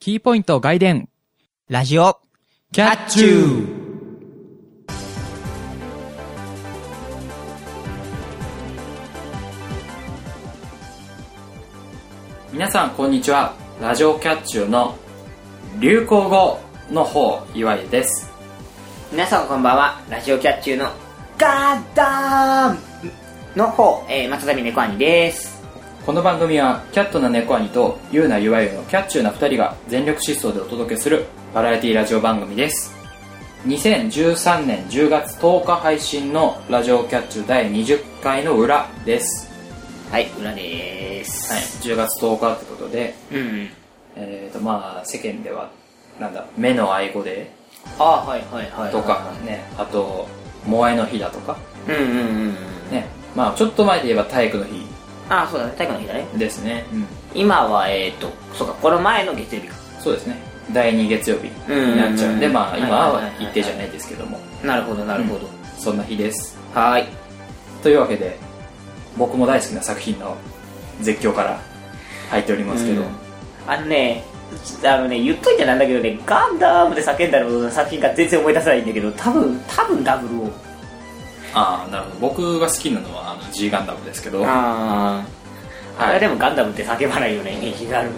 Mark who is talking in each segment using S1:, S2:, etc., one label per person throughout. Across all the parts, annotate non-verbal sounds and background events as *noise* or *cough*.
S1: キーポイント外伝、
S2: ラジオ、
S1: キ
S2: ャ
S1: ャ
S2: ッ
S1: ッ
S2: チ
S1: チュ
S2: ュ
S1: ー
S3: 皆さんこんにちはラジオキャッチューの流行語の方岩井です
S2: 皆さんこんばんは、ラジオキャッチューの、ガーダーンの方、えー、松田美猫兄です。
S3: この番組はキャットな猫兄とゆうなゆわゆのキャッチューな2人が全力疾走でお届けするバラエティラジオ番組です2013年10月10日配信のラジオキャッチュー第20回の裏です、
S2: はい、裏でーす。
S3: はい、10月10日ってことで
S2: うん。
S3: えー、とまあ世間ではなんだ目の愛語で
S2: ああ、はいはいはい。
S3: とかねあと萌えの日だとか
S2: うんうんうんうん。
S3: ねまあちょっと前で言えば体育の日
S2: ああ、そうだね、体育の日だね。
S3: ですね、うん、
S2: 今は、えっ、ー、と、そうか、この前の月曜日か。
S3: そうですね第2月曜日になっちゃうんで、
S2: うん
S3: まあ今
S2: はいはい
S3: は
S2: はいはい
S3: 一定じゃないですけども
S2: なるほど、なるほど。
S3: そんな日です
S2: はーい。
S3: というわけで僕も大好きな作品の絶叫から入っておりますけど、
S2: うんあのね、あのね、言っといてなんだけどね、ガンダムで叫んだの作品が全然思い出せないんだけど、多分、多分ダブルを。
S3: ああなるほど僕が好きなのはあの G ガンダムですけど
S2: ああ、
S3: はい
S2: あれでもガンダムって叫ばないよね、イメージがある。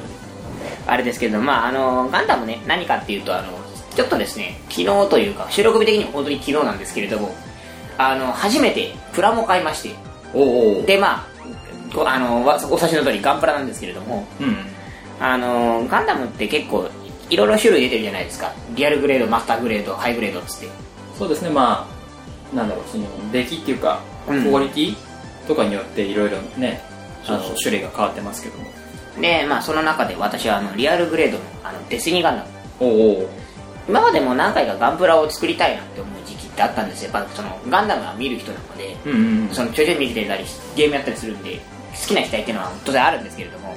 S2: あれですけど、まああの、ガンダムね、何かっていうと、あの、ちょっとですね、昨日というか、収録日的には本当に昨日なんですけれども、あの、初めてプラモ買いまして、
S3: おうおう
S2: で、まあ、ごあの、わお察しの通りガンプラなんですけれども、
S3: うん
S2: あのガンダムって結構いろいろ種類出てるじゃないですかリアルグレードマスターグレードハイグレードっつって
S3: そうですねまあなんだろうその出来っていうか
S2: うん
S3: クオリティとかによっていろいろねあ
S2: そうそ
S3: の
S2: う
S3: 種類が変わってますけども
S2: でまあその中で私はあのリアルグレードのあのデスニーガンダム
S3: おうおう
S2: 今までも何回かガンプラを作りたいなって思う時期ってあったんですよやっぱそのガンダムは見る人なので、
S3: うんうんうん
S2: そのちょいちょい見てたりゲームやったりするんで好きな機体っていうのは当然あるんですけれども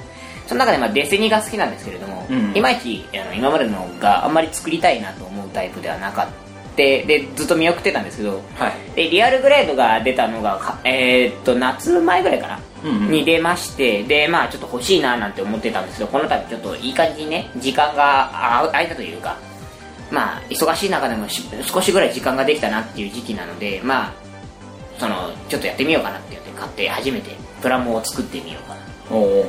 S2: その中でまあデスニーが好きなんですけれども、
S3: うん
S2: いまいちあの今までのがあんまり作りたいなと思うタイプではなかったでずっと見送ってたんですけど
S3: はい
S2: でリアルグレードが出たのがかえーっと夏前ぐらいかな、
S3: うんうん
S2: に出ましてでまあちょっと欲しいななんて思ってたんですけどこの度ちょっといい感じにね時間があ空いたというかまあ忙しい中でもし少しぐらい時間ができたなっていう時期なのでまあそのちょっとやってみようかなって言って買って初めてプラモを作ってみようかな
S3: おうおう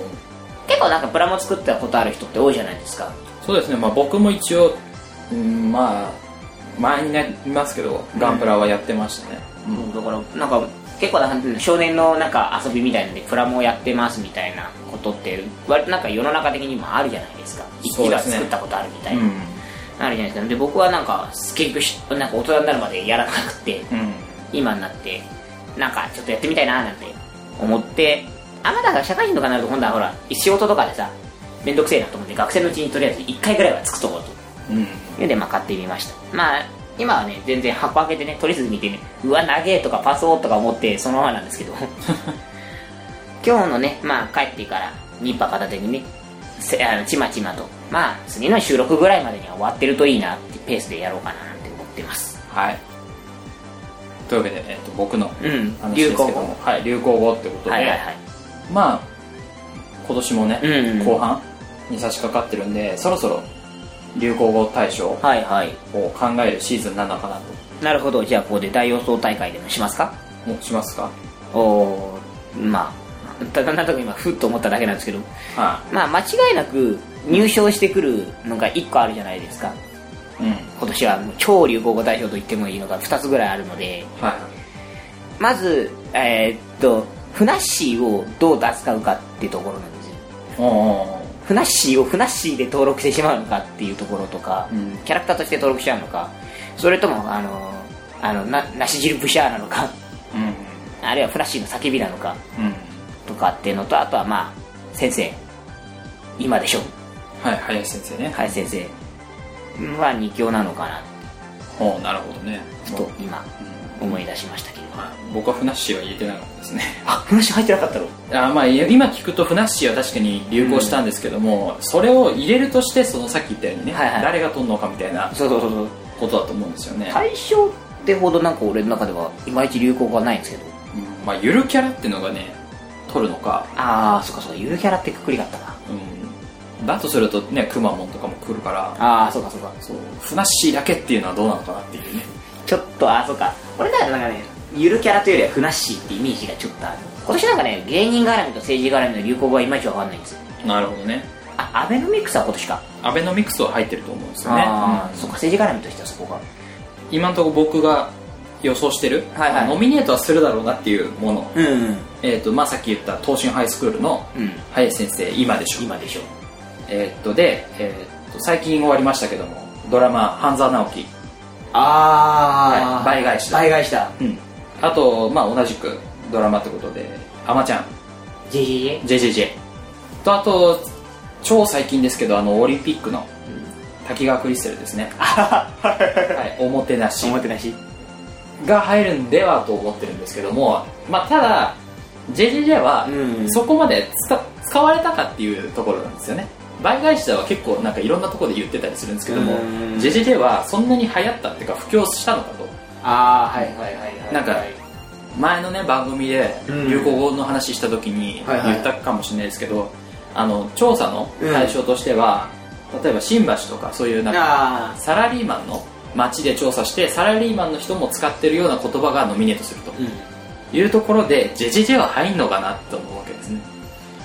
S2: 結構なんかプラモ作ったことある人って多いじゃないですか
S3: そうですね、まあ、僕も一応、うん、まあ前になりますけどガンプラはやってましたね、
S2: うんだからなんか結構なんか少年のなんか遊びみたいなんでプラモをやってますみたいなことって割となんか世の中的にもあるじゃないですか一
S3: そう
S2: 機
S3: で
S2: が
S3: すね
S2: 作ったことあるみたいな、
S3: うん
S2: あるじゃないですかで僕はなんか結局しなんか大人になるまでやらなくて
S3: うん
S2: 今になってなんかちょっとやってみたいななんて思ってあまだが社会人とかになると今度はほら仕事とかでさ面倒くせえなと思って学生のうちにとりあえず1回ぐらいは作っとこうと
S3: うん
S2: いうのでまあ買ってみましたまあ今はね全然箱開けてね取りずに見てねうわ長えとかパスオとか思ってそのままなんですけど *laughs* 今日のねまあ帰ってからニッパー片手にねせあのちまちまとまあ次の収録ぐらいまでには終わってるといいなってペースでやろうかななんて思ってます
S3: はいというわけで、えっと僕の
S2: うん
S3: 話で
S2: 流
S3: すけ
S2: 行
S3: ど
S2: 語
S3: も、はい、流行語ってことで、
S2: はいはいはい
S3: まあ今年もね、
S2: うんうん
S3: 後半に差し掛かってるんでそろそろ流行語大賞を
S2: はいはい
S3: 考えるシーズンなのかなと
S2: なるほどじゃあここで大予想大会でもしますか
S3: もしますか
S2: おおーまあただなんとか今ふっと思っただけなんですけど
S3: は
S2: まあ間違いなく入賞してくるのが1個あるじゃないですか
S3: い、うん
S2: 今年はもう超流行語代表と言ってもいいのが2つぐらいあるので
S3: は
S2: まずえーっとフナッシーをどう扱うかっていうところなんですよ
S3: い、おうおうおう
S2: フナッシーをフナッシーで登録してしまうのかっていうところとか、
S3: うん
S2: キャラクターとして登録しちゃうのかそれともあのあのななし汁ブシャーなのか *laughs*
S3: う
S2: あるいはフナッシーの叫びなのか
S3: んうん
S2: とかっていうのとあとはまあ先生今でしょ
S3: はい林先生ね
S2: 林先生は二強なのかな
S3: おうなるほどね
S2: と今思い出しましたけど
S3: 僕はフナッシーは言えてなかったですね *laughs*
S2: あ話入ってなかったろ
S3: あーまあい今聞くとフナッシーは確かに流行したんですけども、それを入れるとしてそのさっき言ったようにね、
S2: はいはい
S3: 誰が取るのかみたいな
S2: そうそうそうそう
S3: ことだと思うんですよね、
S2: 大正ってほどなんか俺の中ではいまいち流行語はないんですけど
S3: うんまあゆるキャラっていうのがね取るのか、
S2: ああそっかそうゆるキャラってくくりがあったな
S3: うん、だとするとねくまモンとかも来るから
S2: ああそうかそうか
S3: そうふなっしーだけっていうのはどうなのかなっていうね
S2: ちょっとあそうか俺だとなんかねゆるキャラというよりはふなっしーってイメージがちょっとある今年なんかね芸人絡みと政治絡みの流行語はいまいちわかんないんですよ
S3: なるほどね
S2: あアベノミクスは今年か、
S3: アベノミクスは入ってると思うんですよね
S2: ああ、そうか政治絡みとしてはそこが
S3: 今のところ僕が予想してる、
S2: はいはい
S3: ノミネートはするだろうなっていうもの、
S2: うんうん
S3: えーとまあ、さっき言った東進ハイスクールの
S2: うん
S3: 林先生今でしょ
S2: 今でしょ
S3: えー、とで、えー、と最近終わりましたけどもドラマ「半沢直樹
S2: あ
S3: ー
S2: 倍返しだ
S3: 倍
S2: 返しだ」
S3: うんあと、まあ、同じくドラマってことで「あまちゃん」
S2: ジェジェジェ
S3: 「JJJ」とあと超最近ですけどあのオリンピックの滝川クリステルです
S2: *laughs*
S3: ね、はい、おもてなし
S2: てなし
S3: が入るんではと思ってるんですけども、まあ、ただ JJJ は
S2: うん
S3: そこまで使使われたかっていうところなんですよね倍返しだは結構なんかいろんなところで言ってたりするんですけども
S2: うん
S3: JJJ はそんなに流行ったっていうか布教したのかと
S2: ああはいはいはいはい
S3: なんか前のね番組で
S2: うん
S3: 流行語の話した時に
S2: はいはい
S3: 言ったかもしれないですけど、あの調査の対象としては、例えば新橋とかそういうなんか
S2: あ
S3: サラリーマンの街で調査してサラリーマンの人も使ってるような言葉がノミネートすると
S2: ーうん
S3: いうところで JJJ は入んのかなと思うわけですね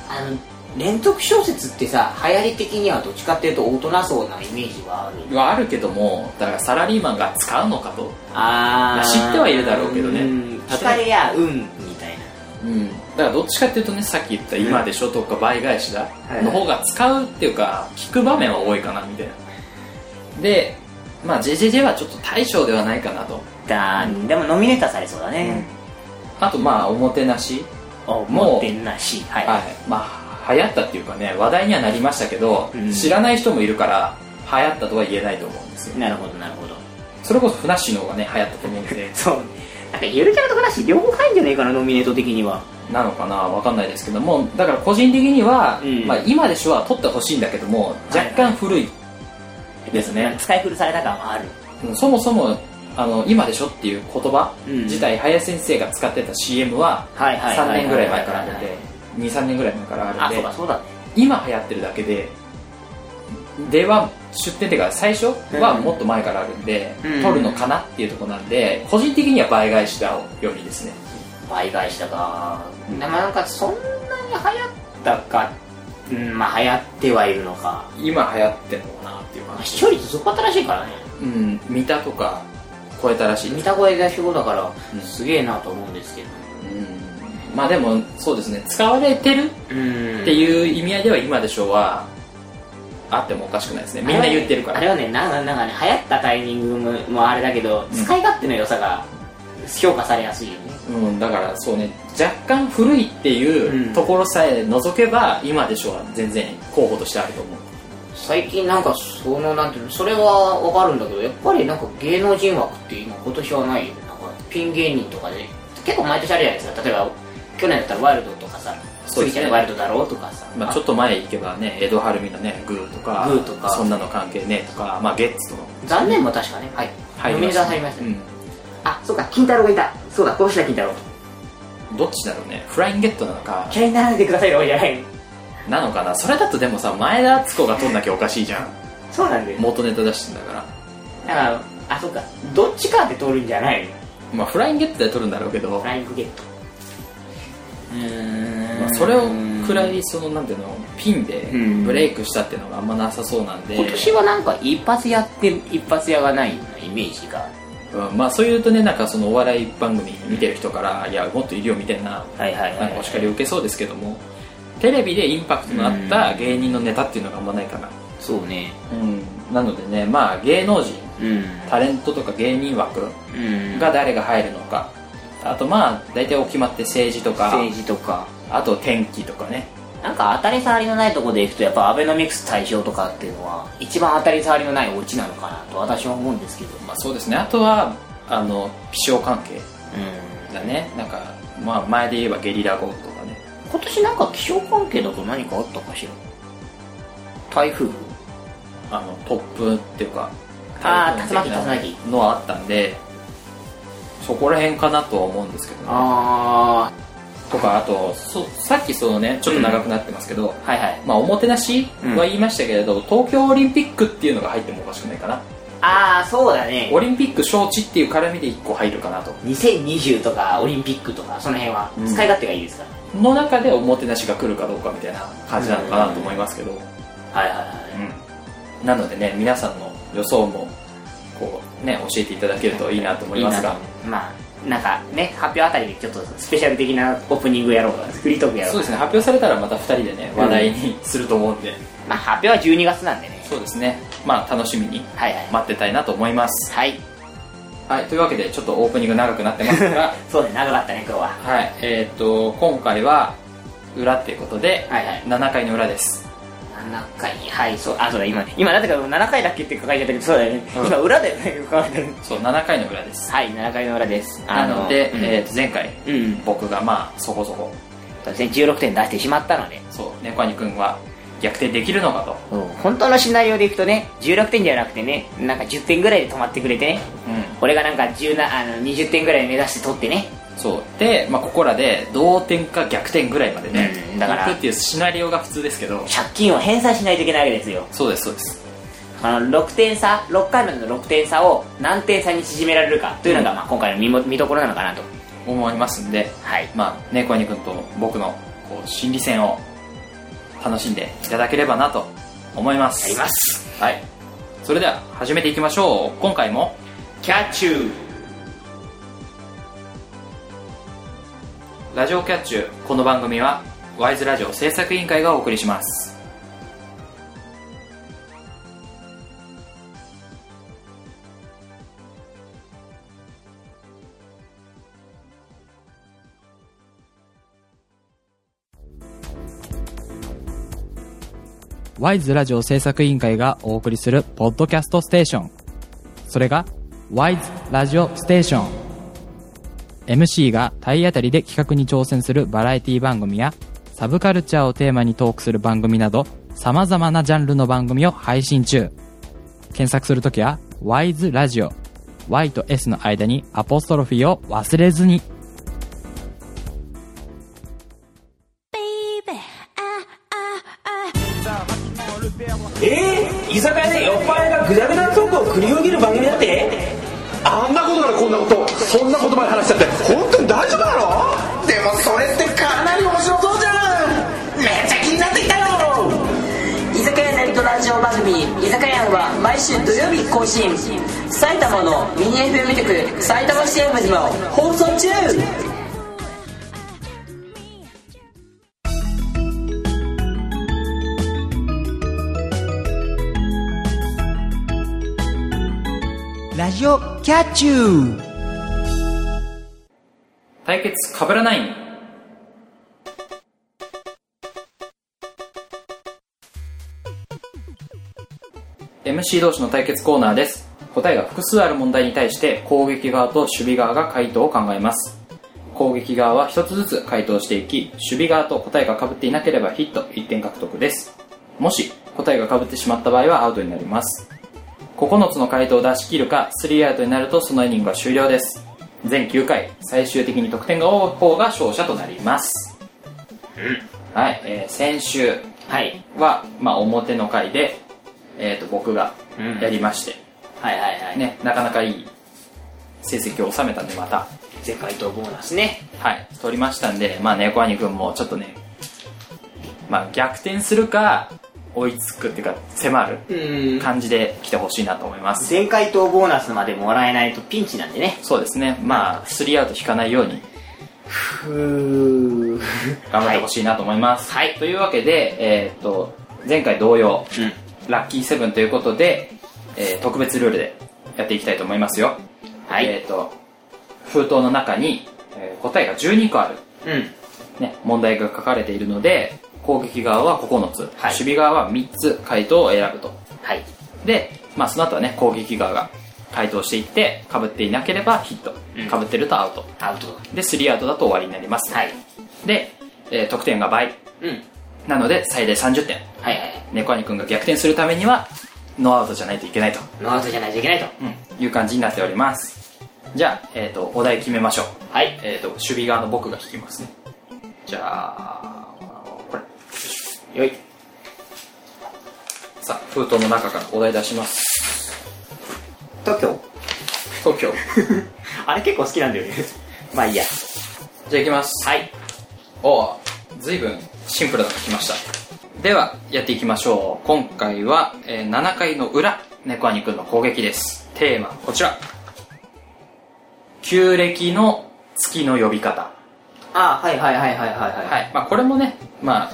S2: あの連続小説ってさ流行り的にはどっちかっていうと大人層なイメージはある
S3: はあるけどもだからサラリーマンが使うのかと、
S2: あ
S3: まあ知ってはいるだろうけどね
S2: 聞かれやうんみたいな
S3: うん、だからどっちかっていうとねさっき言った「今でしょ」とか「倍返しだ」
S2: はい
S3: の方が使うっていうか聞く場面は多いかなみたいなでまあ JJJ はちょっと大将ではないかなと
S2: だーでもノミネートはされそうだね、
S3: あとまあおもてなし
S2: お
S3: もう
S2: 持ってんなしはい、
S3: はいまあ流行ったっていうかね話題にはなりましたけど、
S2: うん
S3: 知らない人もいるから流行ったとは言えないと思うんですよ
S2: なるほどなるほど
S3: それこそふなっしーの方がね流行ったと思うんで
S2: そうなんかゆるキャラと話両方入るんじゃないかなノミネート的には
S3: なのかなわかんないですけどもだから個人的には、
S2: うん
S3: まあ、今でしょは取ってほしいんだけども
S2: いは
S3: 若
S2: い
S3: 干古いですね、
S2: 使い古された感はある
S3: うんそもそもあの今でしょっていう言葉
S2: うん
S3: 自体、林先生が使ってた CM は
S2: はいはいは
S3: 3
S2: いはい
S3: 年ぐらい前からあるん
S2: はい
S3: で23年ぐらい前からあ
S2: あ
S3: るん
S2: そう
S3: で
S2: だそうだね
S3: 今流行ってるだけででは出店っていうか最初はもっと前からあるんで、
S2: うん
S3: 取るのかなっていうところなんで個人的には倍返しだよりですね
S2: 倍返しだかでもなんかそんなに流行ったかうんまあ流行ってはいるのか
S3: 今流行ってるのかなっていう
S2: まあ
S3: 感じ
S2: 視聴率そこ新しいからね
S3: うん見たとか超えたらしいで
S2: 見
S3: す
S2: た声が主語だから、
S3: うん
S2: すげえなと思うんですけど
S3: うんまあでもそうですね使われてる
S2: うん
S3: っていう意味合いでは今でしょうはあってもおかしくないですねみんな言ってるか
S2: あれ
S3: ら
S2: はねなんかなんかね流行ったタイミングももあれだけど、使い勝手の良さが評価されやすいよね
S3: うんだからそうね若干古いっていううんところさえ除けば今でしょうは全然候補としてあると思う
S2: 最近なんかそのなんていうのそれはわかるんだけどやっぱりなんか芸能人枠って今今年はないよねなんかピン芸人とかで結構毎年あるじゃないですか例えば去年だったらワイルドとかさ
S3: そう
S2: 杉
S3: です
S2: ち
S3: ね
S2: ゃんワイルドだろうとかさ、
S3: まあ、ちょっと前行けばね江戸晴海のねグーとか
S2: グーとか
S3: そんなの関係ねえとか、まあ、ゲッツとか
S2: 残念も確かねはいノミネートは入りました、
S3: う
S2: あそうか金太郎がいたそうだこうした金太郎
S3: ん、どっちだろうねフライングゲットなのか
S2: 嫌いにならないでくださいの方じゃない
S3: なのかなそれだとでもさ前田敦子が取んなきゃおかしいじゃん
S2: そうなんだよ
S3: 元ネタ出してんだから
S2: だからあそうかどっちかで通るんじゃないの
S3: まあフライングゲットで取るんだろうけど
S2: フライングゲットうーん
S3: まあ、それをくらいそのなんていうのピンで
S2: うん
S3: ブレイクしたっていうのがあんまなさそうなんで
S2: 今年はなんか一発やって一発屋がないようなイメージが
S3: うんまあそういうとねなんかそのお笑い番組見てる人からいやもっといるよみたいな
S2: はいはい
S3: なんかお叱りを受けそうですけどもテレビでインパクトのあった芸人のネタっていうのがあんまないかな
S2: そうね
S3: うんなのでねまあ芸能人
S2: うん
S3: タレントとか芸人枠
S2: うん
S3: が誰が入るのかあとまあ大体お決まって政治とか
S2: 政治とか
S3: あと天気とかね
S2: なんか当たり障りのないとこでいくとやっぱアベノミクス対象とかっていうのは一番当たり障りのないオチなのかなと私は思うんですけど
S3: まあそうですねあとはあの気象関係
S2: うん
S3: だねなんか、まあ、前で言えばゲリラ豪雨とかね
S2: 今年なんか気象関係だと何かあったかしら台風
S3: あの突風っていうか
S2: あー
S3: 台風的な
S2: 竜巻竜
S3: のはあったんでそこら辺かなとは思うんですけどね
S2: ああ
S3: とかあとそさっきそのねちょっと長くなってますけど、
S2: はいはい
S3: まあ、おもてなしは言いましたけれど、東京オリンピックっていうのが入ってもおかしくないかな
S2: ああそうだね
S3: オリンピック招致っていう絡みで1個入るかなと
S2: 2020とかオリンピックとかその辺は
S3: うん
S2: 使い勝手がいいですから、
S3: の中でおもてなしが来るかどうかみたいな感じなのかなと思いますけど、
S2: はいはいはい
S3: うんなのでね皆さんの予想もこうね教えていただけるといいなと思いますが
S2: いいなまあなんかね発表あたりでちょっとスペシャル的なオープニングやろうかフリートークやろう
S3: そうで
S2: か
S3: すね発表されたらまた2人でね
S2: うん
S3: 話題にすると思うんで、
S2: まあ発表は12月なんでね
S3: そうですねまあ楽しみに
S2: はいはい
S3: 待ってたいなと思います
S2: はい
S3: はいというわけでちょっとオープニング長くなってますが *laughs*
S2: そうね長かったね今日は
S3: はいえっ、と今回は裏っていうことで、
S2: はいはい
S3: 7回の裏です
S2: 7回はいそうあそうだ今ね今なんだか7回だっけって書かれちゃったけどそうだよね、
S3: うん
S2: 今裏だよね書かれてる
S3: そう7回の裏です
S2: はい7回の裏です
S3: なので、
S2: うん
S3: えーと前回
S2: うん
S3: 僕がまあそこそこ
S2: 全16点出してしまったので
S3: そう猫兄君は逆転できるのかと
S2: 本当のシナリオでいくとね16点じゃなくてねなんか10点ぐらいで止まってくれてね
S3: うん
S2: 俺がなんか17あの20点ぐらい目指して取ってね
S3: そうで、まあ、ここらで同点か逆転ぐらいまでね、
S2: うんだから
S3: 行くっていうシナリオが普通ですけど
S2: 借金を返済しないといけないわけですよ
S3: そうですそうです
S2: この6点差6回までの6点差を何点差に縮められるかというのが、まあ、今回の見も見どころなのかなと
S3: 思いますんで
S2: はい
S3: まあ猫兄君と僕のこう心理戦を楽しんでいただければなと思います
S2: やります
S3: はいそれでは始めていきましょう今回も
S2: キャッチュー
S3: ラジオキャッチュこの番組はワイズラジオ制作委員会がお送りしますワイズラジオ制作委員会がお送りするポッドキャストステーションそれがワイズラジオステーション MC が体当たりで企画に挑戦するバラエティ番組やサブカルチャーをテーマにトークする番組など様々なジャンルの番組を配信中検索するときは WISE ラジオ Y と S の間にアポストロフィーを忘れずに
S1: baby. Ah, ah, ah.
S4: えー、居酒屋で酔っ払いがぐだぐだトークを繰り広げる番組だって
S5: あんなことからこんなことそんな言葉で話しちゃって本当に大丈夫なのでもそれってかなり面白そうじゃんめっちゃ気になってきたよ
S6: 居酒屋ネットラジオ番組「居酒屋」は毎週土曜日更新埼玉のミニ FM 局埼玉 CM でも放送中
S1: Me.
S3: 対決かぶらないん MC 同士の対決コーナーです答えが複数ある問題に対して攻撃側と守備側が回答を考えます攻撃側は一つずつ回答していき守備側と答えが被っていなければヒット1点獲得ですもし答えが被ってしまった場合はアウトになります9つの回答を出し切るか3アウトになるとそのイニングは終了です全9回最終的に得点が多い方が勝者となります、はい、えー先週
S2: はい
S3: は、まあ、表の回で、えー、と僕が
S2: うん
S3: やりまして、
S2: はいはいはいね
S3: ね、なかなかいい成績を収めたんでまた、
S2: 前回とボーナスね
S3: はい、取りましたんで、まあ、猫兄君もちょっとね、まあ、逆転するか追いつくっていうか迫る
S2: うん
S3: 感じで来てほしいなと思います
S2: 前回とボーナスまでもらえないとピンチなんでね
S3: そうですねまあ3アウト引かないように
S2: ふう
S3: 頑張ってほしいなと思います、
S2: はいはい
S3: というわけで、えーっと前回同様、
S2: うん
S3: ラッキーセブンということで、えー特別ルールでやっていきたいと思いますよ
S2: はい
S3: えーっと封筒の中に、えー答えが12個ある、
S2: うん
S3: ね、問題が書かれているので攻撃側は9つ、
S2: はい
S3: 守備側は3つ回答を選ぶと
S2: はい
S3: で、まあ、その後はね攻撃側が回答していってかぶっていなければヒット
S2: うん
S3: かぶってるとアウト、
S2: アウト
S3: で3アウトだと終わりになります、
S2: はい
S3: で、えー得点が倍
S2: うん
S3: なので最大30点
S2: はいはい
S3: 猫兄くんが逆転するためにはノーアウトじゃないといけないと、
S2: ノーアウトじゃないといけないと
S3: いう感じになっておりますじゃあ、えー、とお題決めましょう
S2: はい
S3: えー、と守備側の僕が引きますねじゃあこれよいさあ封筒の中からお題出します
S2: 東京
S3: 東京
S2: あれ結構好きなんだ *laughs* よねまあいいや
S3: じゃあいきます
S2: はい
S3: おお随分シンプルなのが来ましたではやっていきましょう今回は、えー7回の裏猫アニくんの攻撃ですテーマこちら旧暦の月の呼び方
S2: あはいはいはいはいはい
S3: はい、まあ、これもね、まあ、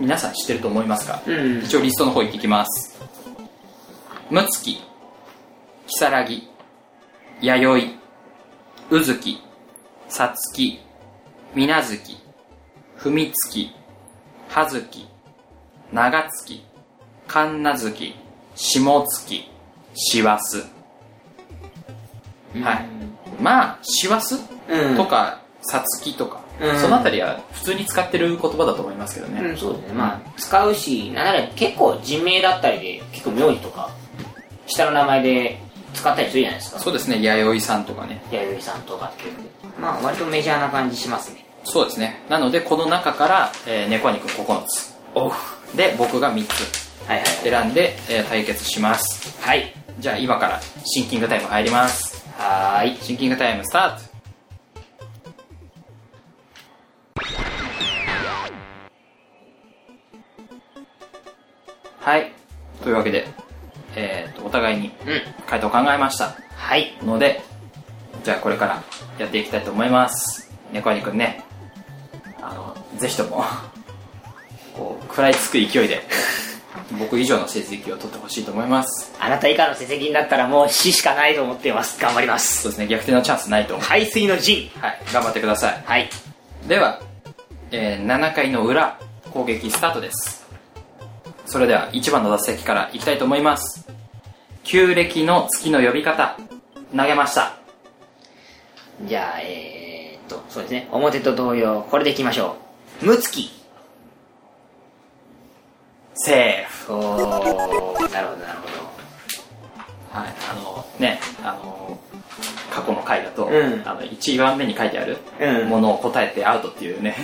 S3: 皆さん知ってると思いますが、
S2: うん
S3: 一応リストの方行ってきます。むつき、きさらぎ、やよい、うずき、さつき、みなずき、ふみつき、はずき、ながつき、かんなずき、しもつき、しわす。はい。まあ、しわす
S2: うん
S3: とか、さつきとか、
S2: うん
S3: そのあたりは普通に使ってる言葉だと思いますけどね。
S2: うん、そうですね。まあ、使うし、なんなら結構人名だったりで、結構名字とか、下の名前で使ったりするじゃないですか。
S3: そうですね、弥生さんとかね。
S2: 弥生さんとかっていうのでまあ、割とメジャーな感じしますね。
S3: そうですね。なので、この中から、えー、猫肉9つ。で、僕が3つ
S2: はいはい。
S3: 選んで、えー対決します。
S2: はい。
S3: じゃあ、今からシンキングタイム入ります。
S2: はーい。
S3: シンキングタイムスタート。はい。というわけで、えっ、と、お互いに
S2: うん。
S3: 回答を考えました。
S2: はい。
S3: のでじゃあこれからやっていきたいと思います猫兄くんねあのぜひともこう食らいつく勢いで僕以上の成績を取ってほしいと思います
S2: あなた以下の成績になったらもう死しかないと思っています。頑張りま
S3: そ
S2: す。
S3: うですね逆転のチャンスないと思
S2: 海水の陣。
S3: うはい頑張ってください
S2: はい。
S3: では、えー7回の裏攻撃スタートですそれでは1番の打席からいきたいと思います旧暦の月の呼び方投げました
S2: じゃあ、えー、っと、そうですね。表と同様、これでいきましょう。むつき。
S3: セーフ
S2: おー、なるほど、なるほど。
S3: はい、あのね、あの過去の回だと、
S2: うん
S3: あの1番目に書いてある
S2: うん
S3: ものを答えてアウトっていう
S2: *laughs*
S3: ね、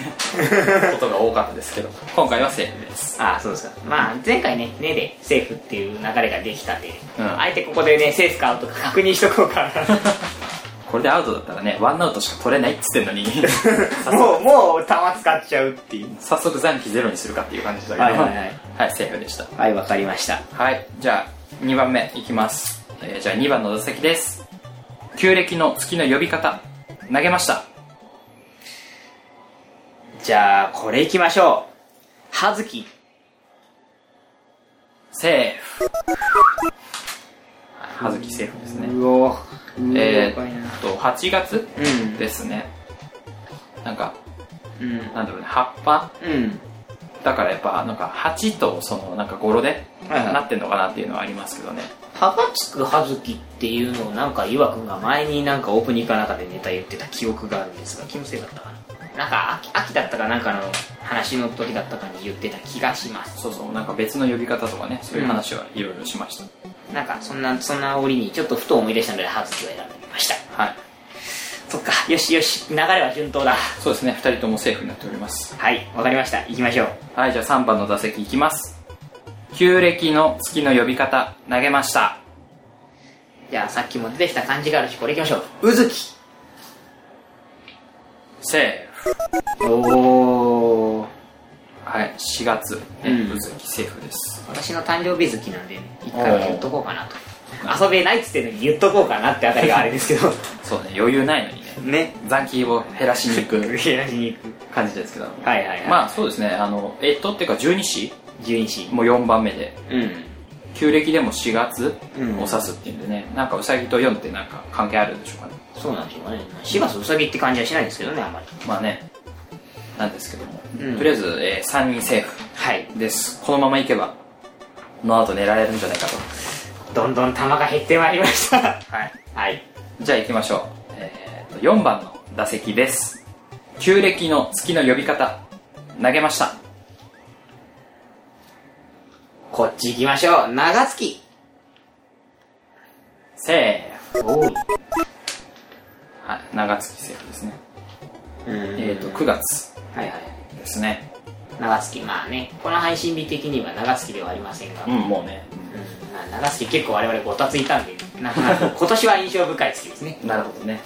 S3: ことが多かったですけど、今回はセーフです。
S2: ああそうですかまあ前回ね「ね」でセーフっていう流れができたんで、
S3: うん
S2: あえてここでねセーフかアウトか確認しとこう *laughs* か
S3: これでアウトだったらね、ワンアウトしか取れないっつってんのに、
S2: *laughs* なもうもう弾使っちゃうっていう
S3: 早速残機ゼロにするかっていう感じだけど、
S2: はいはいはい
S3: はいセーフでした。
S2: はいわかりました
S3: はい、じゃあ2番目いきます。えーじゃあ2番の打席です。旧暦の月の呼び方、投げました。
S2: じゃあこれいきましょう葉月
S3: セーフ。はずきセーフですね。
S2: うお
S3: え
S2: え
S3: ーっと、8月
S2: うん
S3: ですね。なんか、
S2: うん
S3: なんだろうね、葉っぱ
S2: うん
S3: だからやっぱ、なんか、鉢と、その、なんか、語呂で、
S2: はいはい
S3: なってんのかなっていうのはありますけどね。
S2: 葉がつく葉月っていうのをなんか岩くんが前になんかオープニングかなんかでネタ言ってた記憶があるんですが気のせいだったかななんか秋秋だったかなんかの話の時だったかに言ってた気がします
S3: そうそう、なんか別の呼び方とかね、そういう話はいろいろしました。
S2: なんかそんなそんな折にちょっとふと思い出したので葉月を選びました
S3: はい。
S2: そっかよしよし流れは順当だ
S3: そうですね、二人ともセーフになっております。
S2: はいわかりました行きましょう
S3: はい、じゃあ3番の打席いきます。旧暦の月の呼び方、投げました。
S2: じゃあさっきも出てきた漢字があるしこれ行きましょううずき
S3: セーフ。
S2: おお
S3: はい、4月、
S2: うん
S3: うずきセーフです。
S2: 私の誕生日月なんでね一回言っとこうかなと遊べないっつってんのに言っとこうかなってあたりがあれですけど
S3: そうね、余裕ないのにね。
S2: *laughs* ね *laughs*
S3: 残機を減らしに行く
S2: 上らしに行く
S3: 感じですけどはい
S2: はいはいはい
S3: まあそうですねあのえっとっていうか12子
S2: 十二支
S3: もう4番目で
S2: うん
S3: 旧暦でも4月を
S2: うん
S3: 指すっていうんでね、なんかうさぎと4ってなんか関係あるんでしょうかね
S2: そうなんでしょうかね4月うさぎって感じはしないんですけどねあんまり
S3: まあねなんですけども、
S2: うん
S3: とりあえず、えー3人セーフ
S2: はい
S3: ですこのままいけばの後狙えるんじゃないかと
S2: どんどん玉が減ってまいりましたはいはい
S3: じゃあ行きましょう、えーと4番の打席です旧暦の月の呼び方投げました
S2: こっち行きましょう。長月。
S3: セーフ
S2: おい。
S3: はい長月セーフですね
S2: え
S3: えっ、と9月
S2: はいはい
S3: ですね
S2: 長月まあねこの配信日的には長月ではありませんが、
S3: うんもうね、
S2: うんまあ長月結構我々ごたついたんでなんか *laughs* 今年は印象深い月ですね
S3: なるほどね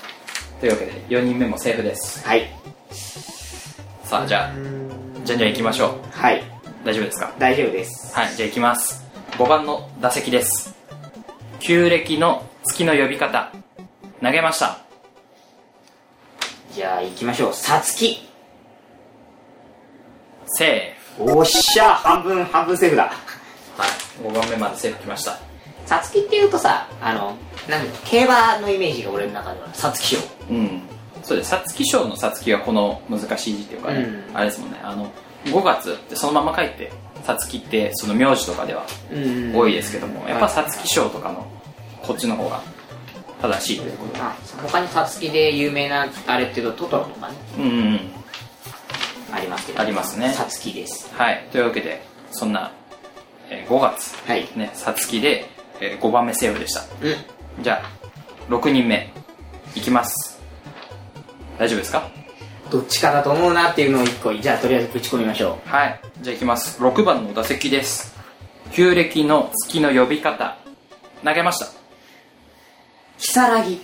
S3: というわけで4人目もセーフです
S2: はい
S3: さあじゃあじゃんじゃん行きましょう
S2: はい
S3: 大丈夫ですか
S2: 大丈夫です
S3: はいじゃあ行きます5番の打席です旧暦の月の呼び方投げました
S2: じゃあ行きましょうさつき
S3: セ
S2: おっしゃ半分半分セーフ
S3: ー
S2: だ
S3: フはい5番目までセーフきました
S2: さつきっていうとさあのなんだ競馬のイメージが俺の中ではさつき賞
S3: うんそうです皐月賞の皐月はこの難しい字っていうかね、
S2: うん
S3: あれですもんねあの5月ってそのまま書いて皐月ってその名字とかでは
S2: うん
S3: 多いですけども、やっぱ皐月賞とかのこっちの方が正しいということで
S2: あ他にさつきで有名なあれっていうとトトロとかね
S3: うんうんうん
S2: ありますけど
S3: ありますね
S2: さつきです
S3: はいというわけでそんな、え5月
S2: はい
S3: ね皐月で、え5番目セーフでした
S2: うん
S3: じゃあ6人目いきます大丈夫ですか
S2: どっちかだと思うなっていうのを一個じゃあとりあえずぶち込みましょ
S3: はいじゃあいきます6番の打席です旧暦の月の呼び方投げました
S2: う如月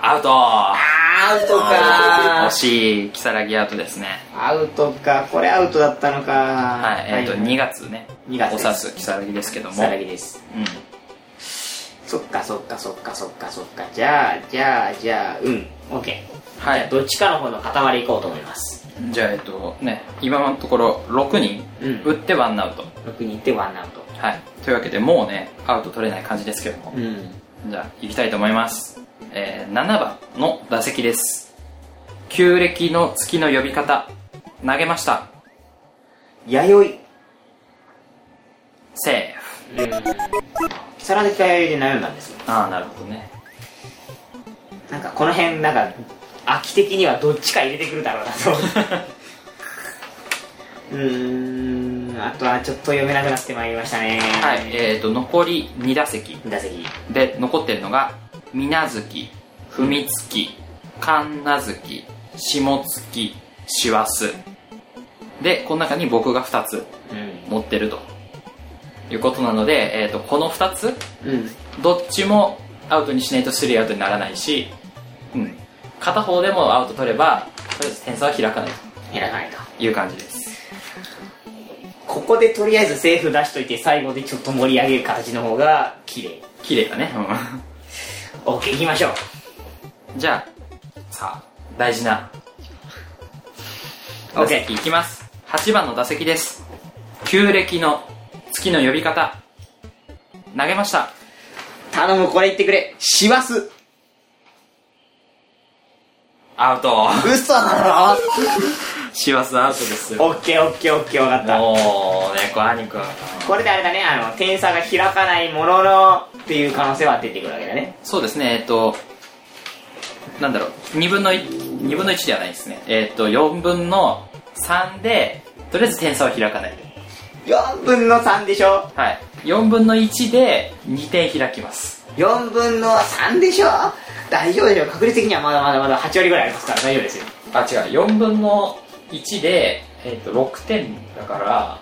S3: アウト
S2: アウト
S3: 惜
S2: か
S3: しい如月アウトですね
S2: アウトかこれアウトだったのか
S3: は、
S2: はい
S3: えっ、と、2月ね。
S2: 2月
S3: お
S2: です
S3: 指す、如月ですけども。
S2: 如月です
S3: うん。
S2: そっかそっかそっかそっかそっかじゃあじゃあじゃあうんオッケー
S3: はい
S2: じゃあどっちかの方の塊いこうと思います
S3: じゃあ、えっ、と、ね、今のところ6人、
S2: うん
S3: 打ってワンアウト。
S2: 6人ってワンアウト
S3: はい。というわけで、もうね、アウト取れない感じですけども。
S2: うん
S3: じゃあ、行きたいと思います。えー、7番の打席です。旧暦の月の呼び方、投げました。
S2: 弥生
S3: セーフ。
S2: さらでか弥生で悩んだんですよ
S3: ああ、なるほどね。
S2: なんかこの辺なんか秋的にはどっちか入れてくるだろうなとう *laughs* ーんあとはちょっと読めなくなってまいりましたね
S3: はい。えっ、と、残り2打席。
S2: 打席
S3: で、残ってるのが、みなずき、ふみつき、かんなずき、しもつき、しわす。で、この中に僕が2つ
S2: う
S3: 持ってると。いうことなので、えっ、と、この2つ、
S2: んうん
S3: どっちもアウトにしないとスリーアウトにならないし、うん。片方でもアウト取れば、とりあえず点差は開かない
S2: 選ばないと
S3: という感じです。
S2: ここでとりあえずセーフ出しといて最後でちょっと盛り上げる形の方が綺麗
S3: 綺麗だね。
S2: OK いきましょう
S3: うん。じ *laughs* ゃあ、さあ、大事な
S2: OK
S3: 打席いきます8番の打席です旧暦の月の呼び方投げました
S2: 頼むこれ言ってくれ師走う
S3: アウト
S2: 嘘だろ
S3: 師走アウトですもう
S2: OKOKOK 分かった
S3: ねこう兄くん
S2: これであれだねあの点差が開かないもののっていう可能性は出てくるわけだね
S3: そうですねえっとなんだろう2分の1 2分の1ではないですねえっと4分の3でとりあえず点差は開かない
S2: 4分の3でしょ
S3: はい4分の1で2点開きます
S2: 4分の3でしょ大丈夫でしょ確率的にはまだまだまだ8割ぐらいありますから大丈夫ですよ
S3: あ違う4分の1で、えっと6点だから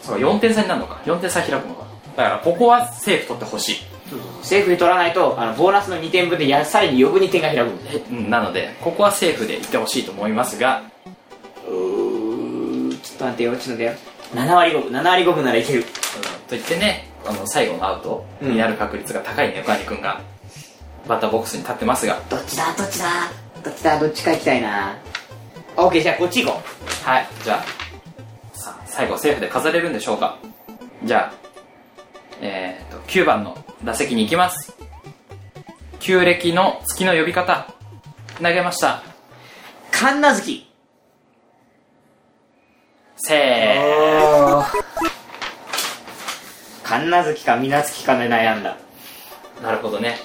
S3: そう4点差になるのか4点差開くのかだからここはセーフ取ってほしい
S2: セーフに取らないとあのボーナスの2点分でやさらに余分に点が開くんで
S3: うんなのでここはセーフでいってほしいと思いますが
S2: うーちょっと待ってよちょっと待ってよ7割5分7割5分ならいける
S3: といってねあの最後のアウトになる確率が高いね、おかにくんがバッターボックスに立ってますが
S2: どっちだどっちだどっちだどっちか行きたいな OK じゃあこっち行こ
S3: はいじゃあさあ最後セーフで飾れるんでしょうかじゃあえー、と9番の打席に行きます旧暦の月の呼び方投げました
S2: う神奈月
S3: せ
S2: 神奈月か水月かで悩んだ
S3: ーなるほどね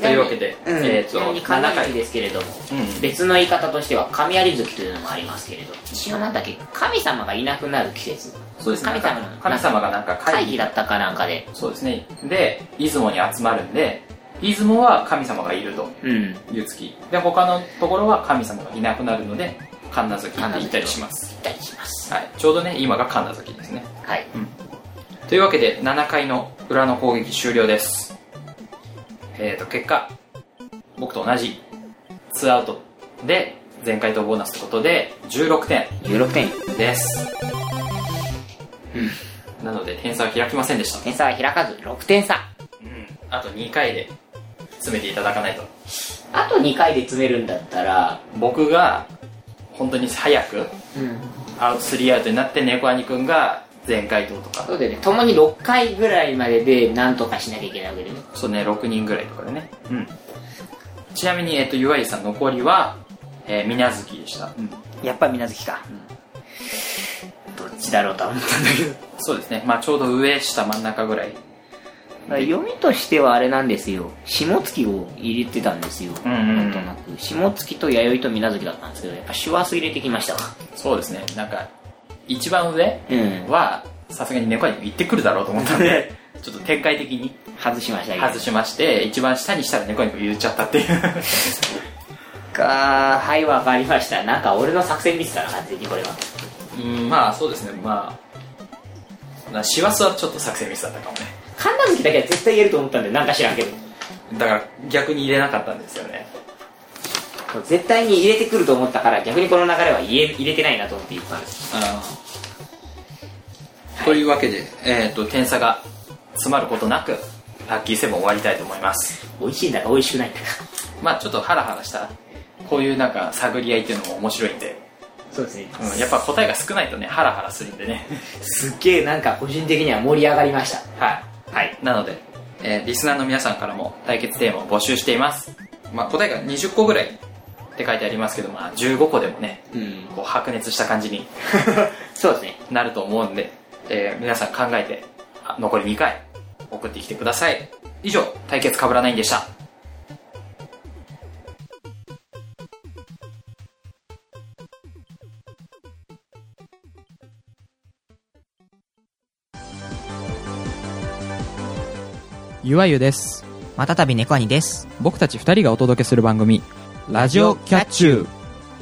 S3: というわけで、
S2: うん、
S3: えっ、
S2: ち
S3: と
S2: なみに神
S3: 7
S2: 奈
S3: 回
S2: 月ですけれども、
S3: うん
S2: 別の言い方としては神有月というのもありますけれど一応なんだっけ神様がいなくなる季節
S3: そうですね
S2: 神様の
S3: 神様がなんか
S2: 会
S3: 会議
S2: 議だったかなんかで
S3: そうですねで出雲に集まるんで出雲は神様がいると
S2: うん。
S3: いう月で他のところは神様がいなくなるので神奈月
S2: 神奈
S3: に
S2: 月
S3: 行ったりします、
S2: 行ったりします。
S3: はい、ちょうどね今が神奈月ですね
S2: はい。
S3: というわけで7回の裏の攻撃終了ですえーと結果僕と同じ2アウトで前回とボーナスということで16点
S2: 16点。
S3: ですなので点差は開きませんでした
S2: 点差は開かず6点差。
S3: あと2回で詰めていただかないと
S2: あと2回で詰めるんだったら、
S3: 僕が本当に早く
S2: うん。
S3: アウト3アウトになって猫兄くんが全回答とか
S2: そうだよね。共に6回ぐらいまでで何とかしなきゃいけないわけでね。
S3: そうね6人ぐらいとかでねうんちなみに、えっと、ゆわゆさん残りは、えー、みなずきでした、
S2: やっぱみなずきか。どっちだろうとは思ったんだけど。
S3: そうですねまあちょうど上下真ん中ぐらい
S2: 読みとしてはあれなんですよ下月を入れてたんですよ、
S3: うんうんうん
S2: なんとなく下月と弥生と水無月だったんですけどやっぱ手話数入れてきましたわ
S3: そうですねなんか一番上
S2: うん
S3: はさすがに猫兄くん行ってくるだろうと思ったんでちょっと展開的に
S2: 外しましたけど
S3: 外しまして一番下にしたら猫兄くん言っちゃったっていう
S2: かはいわかりましたなんか俺の作戦見てたな完全にこれは
S3: うんまあそうですねまあまあ師走はちょっと作戦ミスだったかもね
S2: 神奈月だけは絶対言えると思ったんでなんか知らんけど
S3: だから逆に入れなかったんですよね
S2: 絶対に入れてくると思ったから逆にこの流れは入れ入れてないなと思って言ったんです
S3: というわけで、えー、と点差が詰まることなくラッキーセブン終わりたいと思います
S2: 美味しいんだか美味しくないんだか
S3: まあちょっとハラハラしたこういうなんか探り合いっていうのも面白いんで、
S2: そうですね、
S3: うん、やっぱ答えが少ないとねハラハラするんでね
S2: すっげえなんか個人的には盛り上がりました
S3: はい、はい、なので、えーリスナーの皆さんからも対決テーマを募集しています、まあ、答えが20個ぐらいって書いてありますけど、まあ、15個でもね
S2: うん
S3: こう白熱した感じに
S2: そうですね
S3: なると思うんで、えー皆さん考えてあ残り2回送ってきてください以上対決かぶらないんでした
S7: ゆわゆです
S8: またたび猫兄です。
S7: 僕たち2人がお届けする番組「ラジオキャッチュー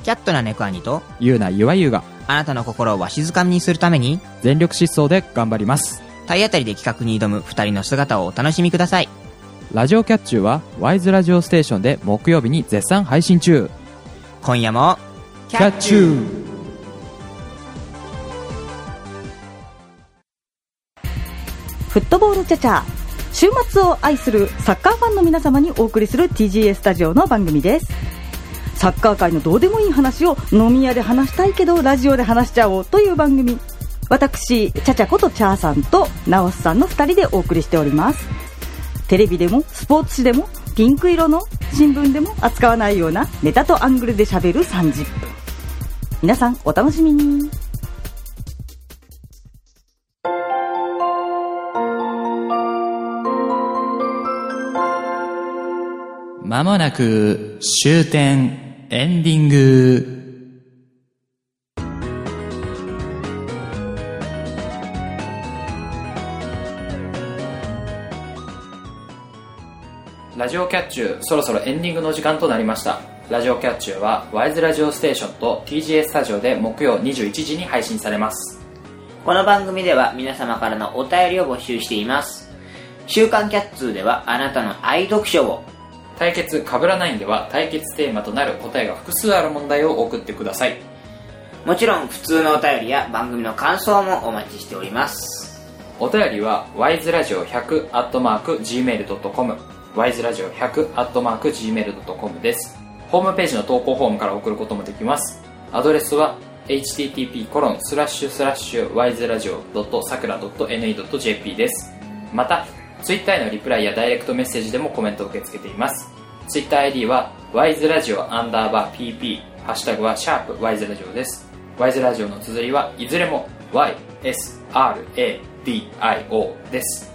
S8: キャットな猫兄と、」
S7: ゆうなゆわゆが
S8: あなたの心をわしづかみにするために、
S7: 全力疾走で頑張ります
S8: 体当たりで企画に挑む二人の姿をお楽しみください。
S7: ラジオキャッチューはワイズラジオステーションで木曜日に絶賛配信中
S8: 今夜も、
S7: キャッチュー
S9: フットボールチャチャ週末を愛するサッカーファンの皆様にお送りする TGA スタジオの番組ですサッカー界のどうでもいい話を飲み屋で話したいけどラジオで話しちゃおうという番組私チャチャことチャーさんとナオスさんの2人でお送りしておりますテレビでもスポーツ紙でもピンク色の新聞でも扱わないようなネタとアングルで喋る30分皆さんお楽しみに
S7: まもなく終点エンディング
S3: ラジオキャッチューそろそろエンディングの時間となりましたラジオキャッチューはワイズラジオステーションと TGS スタジオで木曜21時に配信されます
S2: この番組では皆様からのお便りを募集しています。週刊キャッツーではあなたの愛読書を、
S3: 対決かぶらないんでは対決テーマとなる答えが複数ある問題を送ってください
S2: もちろん普通のお便りや番組の感想もお待ちしております。
S3: お便りは wiseradio100-gmail.com wiseradio100-gmail.com ですホームページの投稿フォームから送ることもできますアドレスは http コロンスラッシュスラッシュ wiseradio.sakura.ne.jp ですまた Twitter へのリプライやダイレクトメッセージでもコメントを受け付けています TwitterID は wiseradio アンダーバー pp ハッシュタグはシャープ wiseradio です wiseradio の綴りはいずれも ysradio です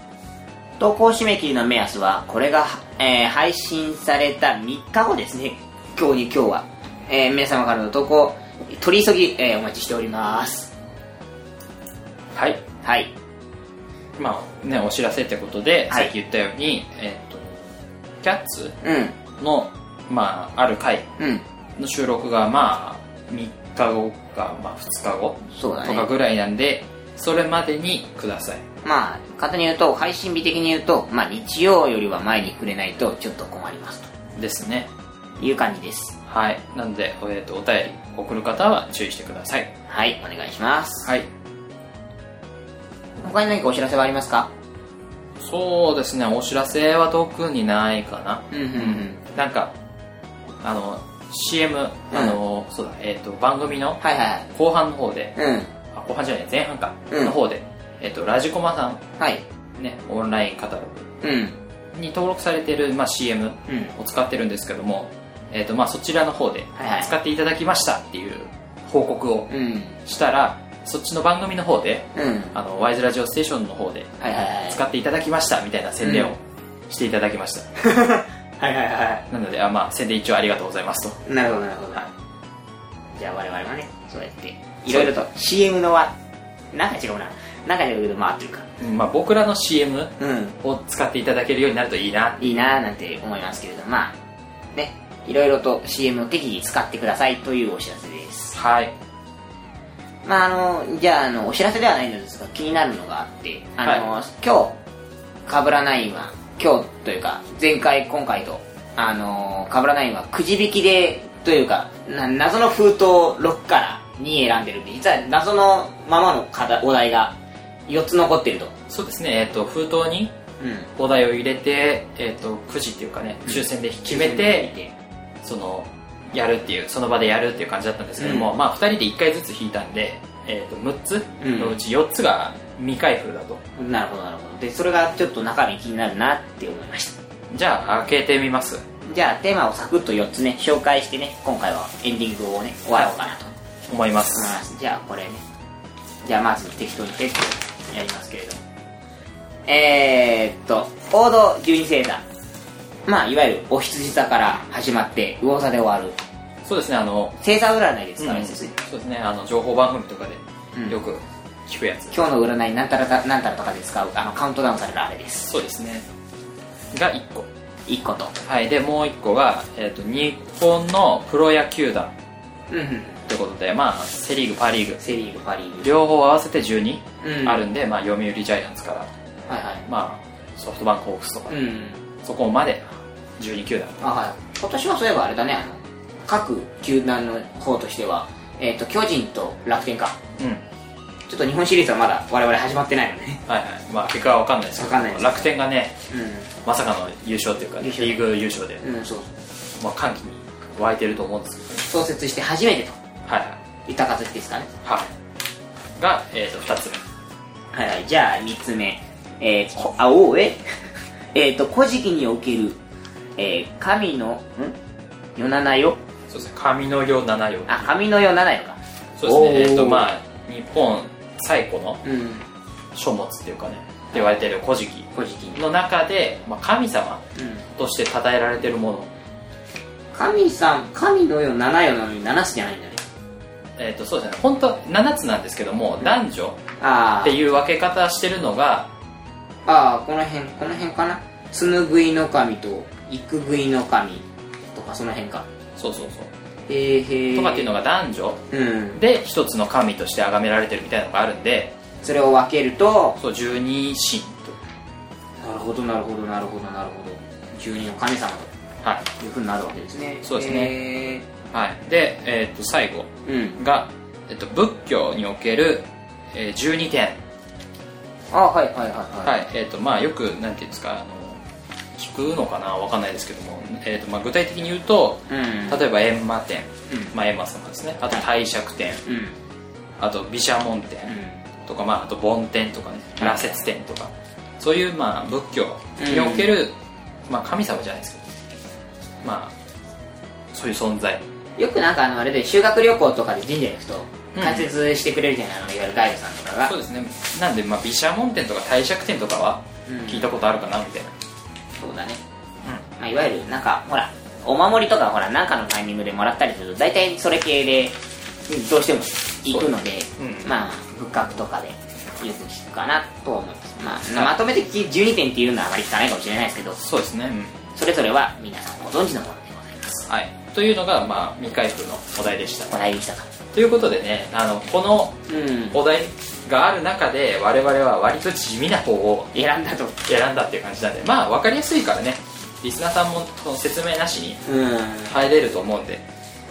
S2: 投稿締め切りの目安は、これが、えー配信された3日後ですね。今日に今日は、えー皆様からの投稿、取り急ぎ、えーお待ちしております。
S3: はい
S2: はい。
S3: まあねお知らせってことで、
S2: は
S3: さ
S2: い
S3: っき言ったように、えっとキャッツ
S2: うん
S3: の、まあ、ある回
S2: うん
S3: の収録が、まあ、3日後か、まあ、2日後
S2: そうだ
S3: とか
S2: ね
S3: ぐらいなんで、それまでにください。
S2: まあ簡単に言うと配信日的に言うと、まあ、日曜よりは前にくれないとちょっと困ります
S3: ですね。
S2: という感じです
S3: はい。なので、えっ、と、お便り送る方は注意してください。
S2: はいお願いします
S3: はい。
S2: 他に何かお知らせはありますか
S3: そうですね、お知らせは特にないかな。
S2: うんうん
S3: なんか、あの、CM、あの、そうだ、えっ、と、番組の
S2: はいは
S3: 後半の方で、
S2: いはいうん
S3: あ後半じゃない、前半か、
S2: うん
S3: の方で、えっ、と、ラジコマさ
S2: はい
S3: ん、ね、オンラインカタロ
S2: うん
S3: グに登録されてる、まあ、CM
S2: うん
S3: を使ってるんですけども、えっ、と、まあ、そちらの方で
S2: はいはい、
S3: 使っていただきましたっていう報告を
S2: うん
S3: したら、そっちの番組の方で、
S2: うん
S3: あの、ワイズラジオステーションの方で、
S2: はいはいはい
S3: 使っていただきましたみたいな宣伝をしていただきました。
S2: はいはいは
S3: なので、あまあ、宣伝一応ありがとうございますと。
S2: いなるほどなるほどじゃあ我々はねそうやっていろいろと CM のはなんか違うななんか違うけどまあ合ってるか
S3: うんまあ、僕らの CM
S2: うん
S3: を使っていただけるようになるといいな。
S2: いいなぁなんて思いますけれどまあねいろいろと CM を適宜使ってくださいというお知らせです
S3: はい。
S2: まああのじゃああのお知らせではないのですが気になるのがあってあの、今日かぶらないは今日というか前回今回とあのかぶらないはくじ引きでというかな謎の封筒6から2選んでるんで実は謎のままの課題お題が4つ残ってると
S3: そうですね、えっ、と、封筒に
S2: うん
S3: お題を入れて、えっ、と、くじっていうかね、抽選で決めて、その、やるっていう、その場でやるっていう感じだったんですけども、
S2: う
S3: まあ、2人で1回ずつ引いたんで、えっ、と、6つのうち4つが未開封だと。
S2: なるほどなるほどでそれがちょっと中身気になるなって思いました
S3: じゃあ、開けてみます。
S2: じゃあテーマをサクッと4つね紹介してね今回はエンディングをね終わろうかなと思い
S3: 思います。
S2: ますじゃあこれねじゃあまず適当にペッとやりますけれどもえー、っと王道十二星座まあいわゆるお羊座から始まって魚座で終わる
S3: そうですね、あの、
S2: 星座占いですから、
S3: うん
S2: 先生
S3: そうですねあの情報番組とか
S2: うん
S3: でよく聞くやつ、
S2: 今日の占いなんたらたなんたらとかで使うあのカウントダウンされるあれです
S3: そうですねが1個
S2: 1個と
S3: はいでもう1個が、えー、と日本のプロ野球団
S2: うんうん
S3: ということでまあセ・リーグパ・リーグ
S2: セ・リーグパ・リーグ
S3: 両方合わせて
S2: う
S3: 12
S2: ん
S3: あるんで、まあ、読売ジャイアンツから、
S2: はいは
S3: まあ、ソフトバンクホークスとか、
S2: いうん
S3: そこまで12球団
S2: あはい、今年はそういえばあれだねあの各球団の方としては、えー、と巨人と楽天か
S3: うん
S2: ちょっと日本シリーズはまだ我々始まってないので、ね
S3: はいはいまあ結果は分かんないですけ
S2: わかんないで
S3: ど
S2: す
S3: 楽天がねまさかの優勝っていうか、
S2: 優
S3: リ
S2: 勝
S3: ーグ優勝で、
S2: うん、うん、そう
S3: まあ、歓喜に湧いてると思うんですけ
S2: 創設して初めてと
S3: どはいはい
S2: いった形ですかね
S3: はい。が、えっ、と、二つ目。
S2: はい、はい、じゃあ3つ目えー、こあおうえ *laughs* えっと「古事記」における、えー神のん世七よ
S3: そうですね、神の行七よ。
S2: あ神の世七よか
S3: そうですね、え
S2: おー
S3: っ、と、まあ、日本最古の
S2: うん
S3: 書物っていうかね、って言われてる古事記
S2: 古事記
S3: の中で、まあ、神様
S2: うん
S3: として称えられてるもの。
S2: 神さん神の世七よなのに七つじゃないんだね
S3: えっ、と、そうですね、本当は七つなんですけども、男女
S2: ああ
S3: っていう分け方してるのが、
S2: ああこの辺この辺かな紡ぐいの神と育ぐいの神とかその辺か
S3: そうそうそう。
S2: へえへえ
S3: とかっていうのが男女
S2: うん
S3: で一つの神として崇められてるみたいなのがあるんで、
S2: それを分けると
S3: そう、十二神と。
S2: なるほどなるほどなるほどなるほど十二の神様
S3: はい。
S2: というふうになるわけですね
S3: そうです
S2: ね
S3: はい。で、えっ、と、最後。
S2: うん
S3: が、えっと、仏教における、えー12点、
S2: あはいはいはいはい、
S3: はいえっとまあ、よくなんていうんですかあの聞くのかなわかんないですけども、えっとまあ、具体的に言うと
S2: うん
S3: 例えば閻魔天、
S2: うん
S3: まあ、閻魔様ですねあと帝釈天
S2: うんうん
S3: あと毘沙門天とか、まあ、あと梵天とかね
S2: うん
S3: 羅刹天とかそういう、まあ、仏教における、まあ、神様じゃないですけど、まあ、そういう存在
S2: よくなんかあのあれで修学旅行とかで神社行くと
S3: うん
S2: 解説してくれるじゃない、あのいわゆるガイドさんとかが
S3: そうですねなんで、まあ、毘沙門天とか帝釈天とかは
S2: うん
S3: 聞いたことあるかなみたいな
S2: そうだね、まあ、いわゆるなんかほらお守りとかほらなんかのタイミングでもらったりすると大体それ系でうんどうしても行くので、
S3: うん
S2: まあ仏閣とかでよく聞くかなとは思います、まあ、まとめてき12点っていうのはあまり聞かないかもしれないですけど
S3: そうですね、うん
S2: それぞれは皆さんご存知のものでございます
S3: はい、というのが、まあ、未開封のお題でした
S2: お題でしたか
S3: ということでねあのこの
S2: うん
S3: お題がある中で我々は割と地味な方を
S2: 選んだと
S3: 選んだっていう感じなんでまあ分かりやすいからねリスナーさんもその説明なしに
S2: うん
S3: 入れると思うんで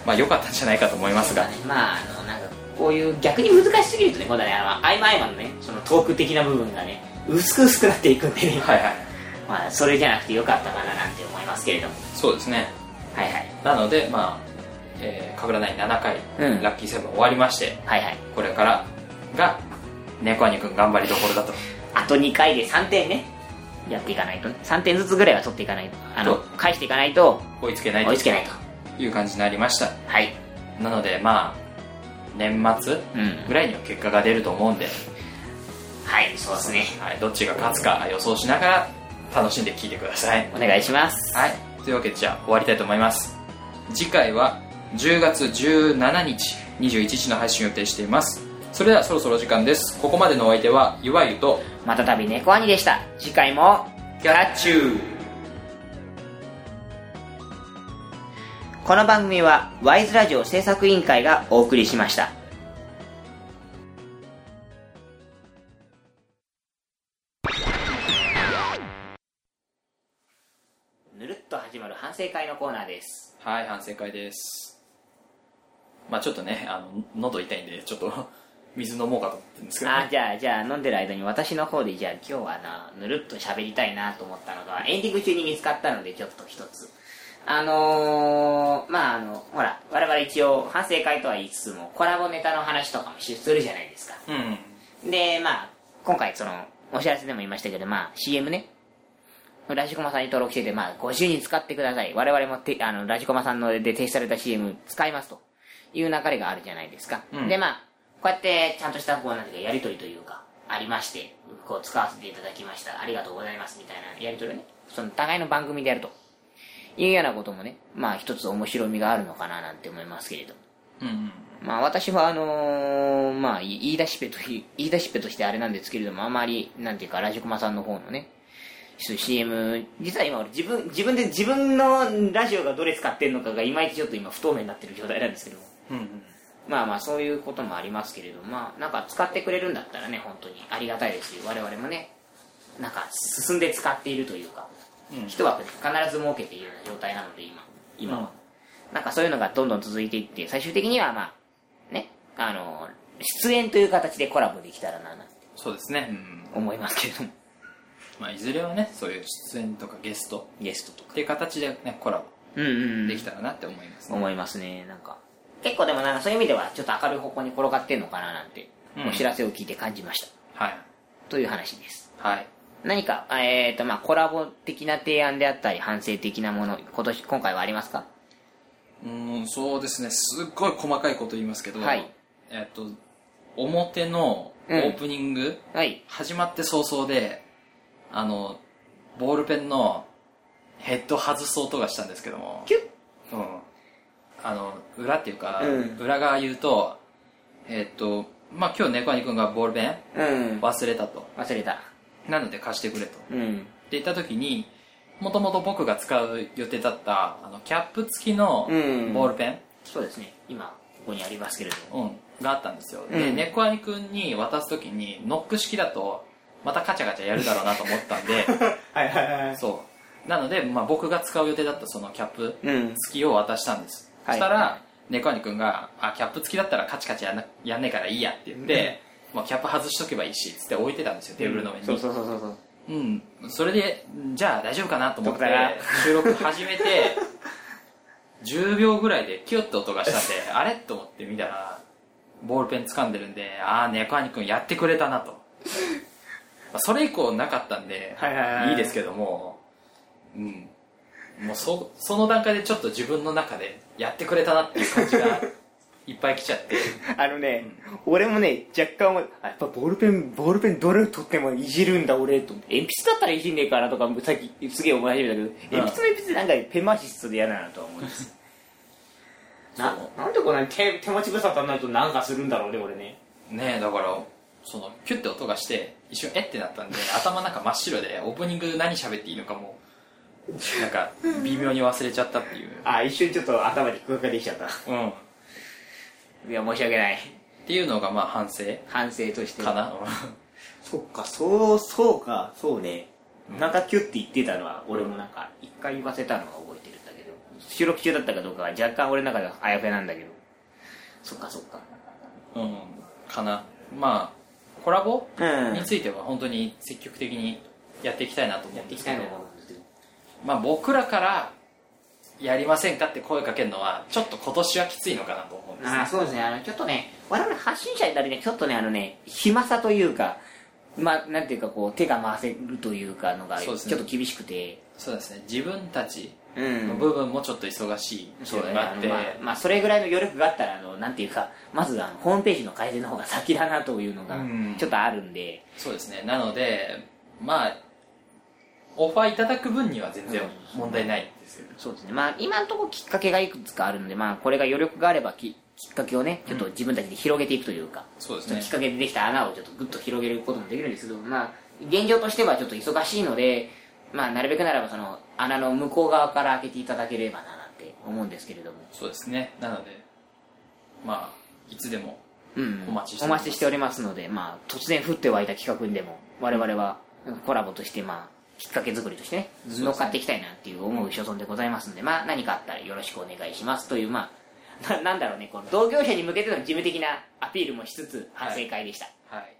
S3: まあ良かったんじゃないかと思いますが
S2: まああのなんかこういう逆に難しすぎるとね今度はねあの合間合間のねそのトーク的な部分がね薄く薄くなっていくんでね、
S3: はいはい
S2: まあそれじゃなくてよかったかななんて思いますけれども
S3: そうですね
S2: はいはい
S3: なのでまあえー、かぶらない7回、
S2: うん
S3: ラッキーセブン終わりまして
S2: はいはい
S3: これからが猫兄くん頑張りどころだと
S2: あと2回で3点ねやっていかないとね3点ずつぐらいは取っていかないとあの
S3: そう
S2: 返していかないと
S3: 追いつけない
S2: 追いつけないと
S3: という感じになりました
S2: はい
S3: なのでまあ年末
S2: うん
S3: ぐらいには結果が出ると思うんで、
S2: はいそうですね
S3: はい、どっちが勝つか予想しながら楽しんで聞いてください
S2: お願いします
S3: はいというわけでじゃあ終わりたいと思います次回は10月17日21時の配信を予定していますそれではそろそろお時間ですここまでのお相手はゆわゆと
S2: またたび猫兄でした次回も
S3: キャラチュー
S2: この番組はワイズラジオ制作委員会がお送りしましたぬるっと始まる反省会のコーナ
S3: *laughs*
S2: ーです
S3: はい反省会ですまあちょっとねあの喉痛いんでちょっと水飲もうかと思ってるんですけど
S2: あーじゃあじゃあ飲んでる間に私の方でじゃあ今日はなぬるっと喋りたいなと思ったのがエンディング中に見つかったのでちょっと一つあのー、まああのほら我々一応反省会とは言いつつもコラボネタの話とかもしするじゃないですか
S3: うん
S2: で、まあ、今回その、お知らせでも言いましたけど、まあ、CM ね。ラジコマさんに登録してて、まあ、ご自由に使ってください。我々もて、あの、ラジコマさんので提出された CM 使いますという流れがあるじゃないですか。
S3: うん
S2: で、まあ、こうやってちゃんとした、こう、なんていうか、やりとりというか、ありまして、こう、使わせていただきました。ありがとうございます、みたいなやりとりをね。その、互いの番組でやると。いうようなこともね、まあ、一つ面白みがあるのかななんて思いますけれども。
S3: うんうん
S2: まあ私はあのーまあい言い出しっぺという、言い出しっぺとしてあれなんですけれども、あまり、なんていうか、ラジコマさんの方のね、そういう CM、実は今俺自分、自分で自分のラジオがどれ使ってんのかがいまいちちょっと今不透明になってる状態なんですけども。
S3: うんうん
S2: まあまあそういうこともありますけれども、まあなんか使ってくれるんだったらね、本当にありがたいですし、我々もね、なんか進んで使っているというか、
S3: うん
S2: 一枠で必ず設けているような状態なので今、今は。
S3: うん
S2: なんかそういうのがどんどん続いていって、最終的にはまあ、ね、あの、出演という形でコラボできたらな、なんて
S3: そうですね、うん
S2: 思いますけれども、 *laughs*
S3: まあ、いずれはねそういう出演とかゲスト
S2: ゲストとか
S3: っ。ていう形で、ね、コラ
S2: うんうんう
S3: ボ
S2: ん。
S3: できたらなって思いますね、
S2: 思いますね、なんか。結構でもなんかそういう意味では、ちょっと明るい方向に転がってんのかな、なんて、
S3: うん
S2: お知らせを聞いて感じました。
S3: はい
S2: という話です。
S3: はい
S2: 何か、あえっ、と、まあ、コラボ的な提案であったり、反省的なもの、今年、今回はありますか
S3: うーんそうですねすっごい細かいこと言いますけど、
S2: はい
S3: えっと表のオ
S2: うん
S3: ープニング、
S2: はい。
S3: 始まって早々であのボールペンのヘッド外す音がしたんですけども
S2: キュッ
S3: うんあの裏っていうか、
S2: うん
S3: 裏側言うとえっとまあ今日猫兄くんがボールペン
S2: うん。
S3: 忘れたと
S2: 忘れた。
S3: なので貸してくれと
S2: うん。
S3: で行った時にもともと僕が使う予定だったあのキャップ付きの
S2: うん
S3: ボールペン、
S2: そうですね。今、ここにありますけれども。
S3: うん、があったんですよ、
S2: う
S3: で
S2: ん
S3: 猫兄くんに渡す時にノック式だとまたカチャカチャやるだろうなと思ったんで
S2: *laughs* はいはいは。
S3: そうなので、まあ、僕が使う予定だったそのキャップ
S2: うん。
S3: 付きを渡したんです、
S2: はい
S3: そしたら猫兄くんがあキャップ付きだったらカチカチやんなやんねえからいいやって言って、まあ、キャップ外しとけばいいしっつって置いてたんですよテーブルの上に、
S2: そうそうそうそうそう。
S3: うん、それでじゃあ大丈夫かなと思って
S2: どこだ
S3: 収録始めて
S2: *laughs*
S3: 10秒ぐらいでキュッと音がしたんであれと思って見たらボールペン掴んでるんでああ猫兄くんやってくれたなとまあそれ以降なかったんで、
S2: はいはいはい
S3: いですけどもうんもうそその段階でちょっと自分の中でやってくれたなっていう感じがいっぱい来ちゃって
S2: あのね、俺もね、若干思い、あやっぱボールペン、ボールペンどれ取ってもいじるんだ俺、と思って。鉛筆だったらいじんねえかなとか、さっきすげえ思い始めたけど、鉛筆も鉛筆でなんかペン回ししそうで嫌だなとは思います。な、なんでこんなに手手持ち無沙汰になるとなんかするんだろうね、俺ね。
S3: ねえだからそのキュッて音がして一瞬えってなったんで頭の中真っ白でオープニング何喋っていいのかもうなんか微妙に忘れちゃったっていう
S2: あ、一瞬ちょっと頭に引っかかってきちゃった。
S3: うんっ
S2: いや、申し訳ない。
S3: ていうのがまあ反省
S2: 反省として。
S3: かな
S2: そっか、そう、そうか、そうね。なんかキュッて言ってたのは、俺もなんか、一回言わせたのは覚えてるんだけど、収録中だったかどうかは若干俺の中ではあやふやなんだけど。そっかそっか。
S3: うんかなまあコラボ、
S2: うん
S3: については本当に積極的にやっていきたいなと思うんですけど
S2: のは
S3: まあ僕らからやりませんかって声かけるのはちょっと今年はきついのかなと思うんです
S2: ああ、そうですね。あの、ちょっとね、我々発信者になりね、ちょっとね、あのね、暇さというか、まあ、なんていうかこう、手が回せるというかのが、ち
S3: そ
S2: ょ
S3: う
S2: っ
S3: ですね
S2: と厳しくて。
S3: そうですね自分たち
S2: うん
S3: の部分もちょっと忙しいって
S2: そ
S3: いううの
S2: だね。
S3: が
S2: あ
S3: あっ
S2: の
S3: て
S2: まあ、まあ、それぐらいの余力があったら、あの、なんていうか、まずあの、ホームページの改善の方が先だなというのが
S3: うん、
S2: ちょっとあるんで、
S3: そうですねなのでまあオファーいただく分には全然問題ないですよ
S2: そうですね。まあ、今のところきっかけがいくつかあるので、まあ、これが余力があればき、きっかけをね、ちょっと自分たちで広げていくというか、
S3: そうです
S2: ちょっ
S3: ね
S2: ときっかけでできた穴をちょっとぐっと広げることもできるんですけど、まあ、現状としてはちょっと忙しいので、まあ、なるべくならばその、穴の向こう側から開けていただければな、なんて思うんですけれども。
S3: そうですねなのでまあいつでも
S2: うん。
S3: お待ちしてお
S2: お
S3: ります
S2: 待ちしておりますので、まあ、突然降って湧いた企画にでも、我々はコラボとして、まあ、きっかけ作りとしてね、
S3: すね
S2: 乗っかっていきたいなっていう思う所存でございますので、まあ、何かあったらよろしくお願いしますという、まあ、ななんだろうね、この同業者に向けての事務的なアピールもしつつ、反省会でした。
S3: はい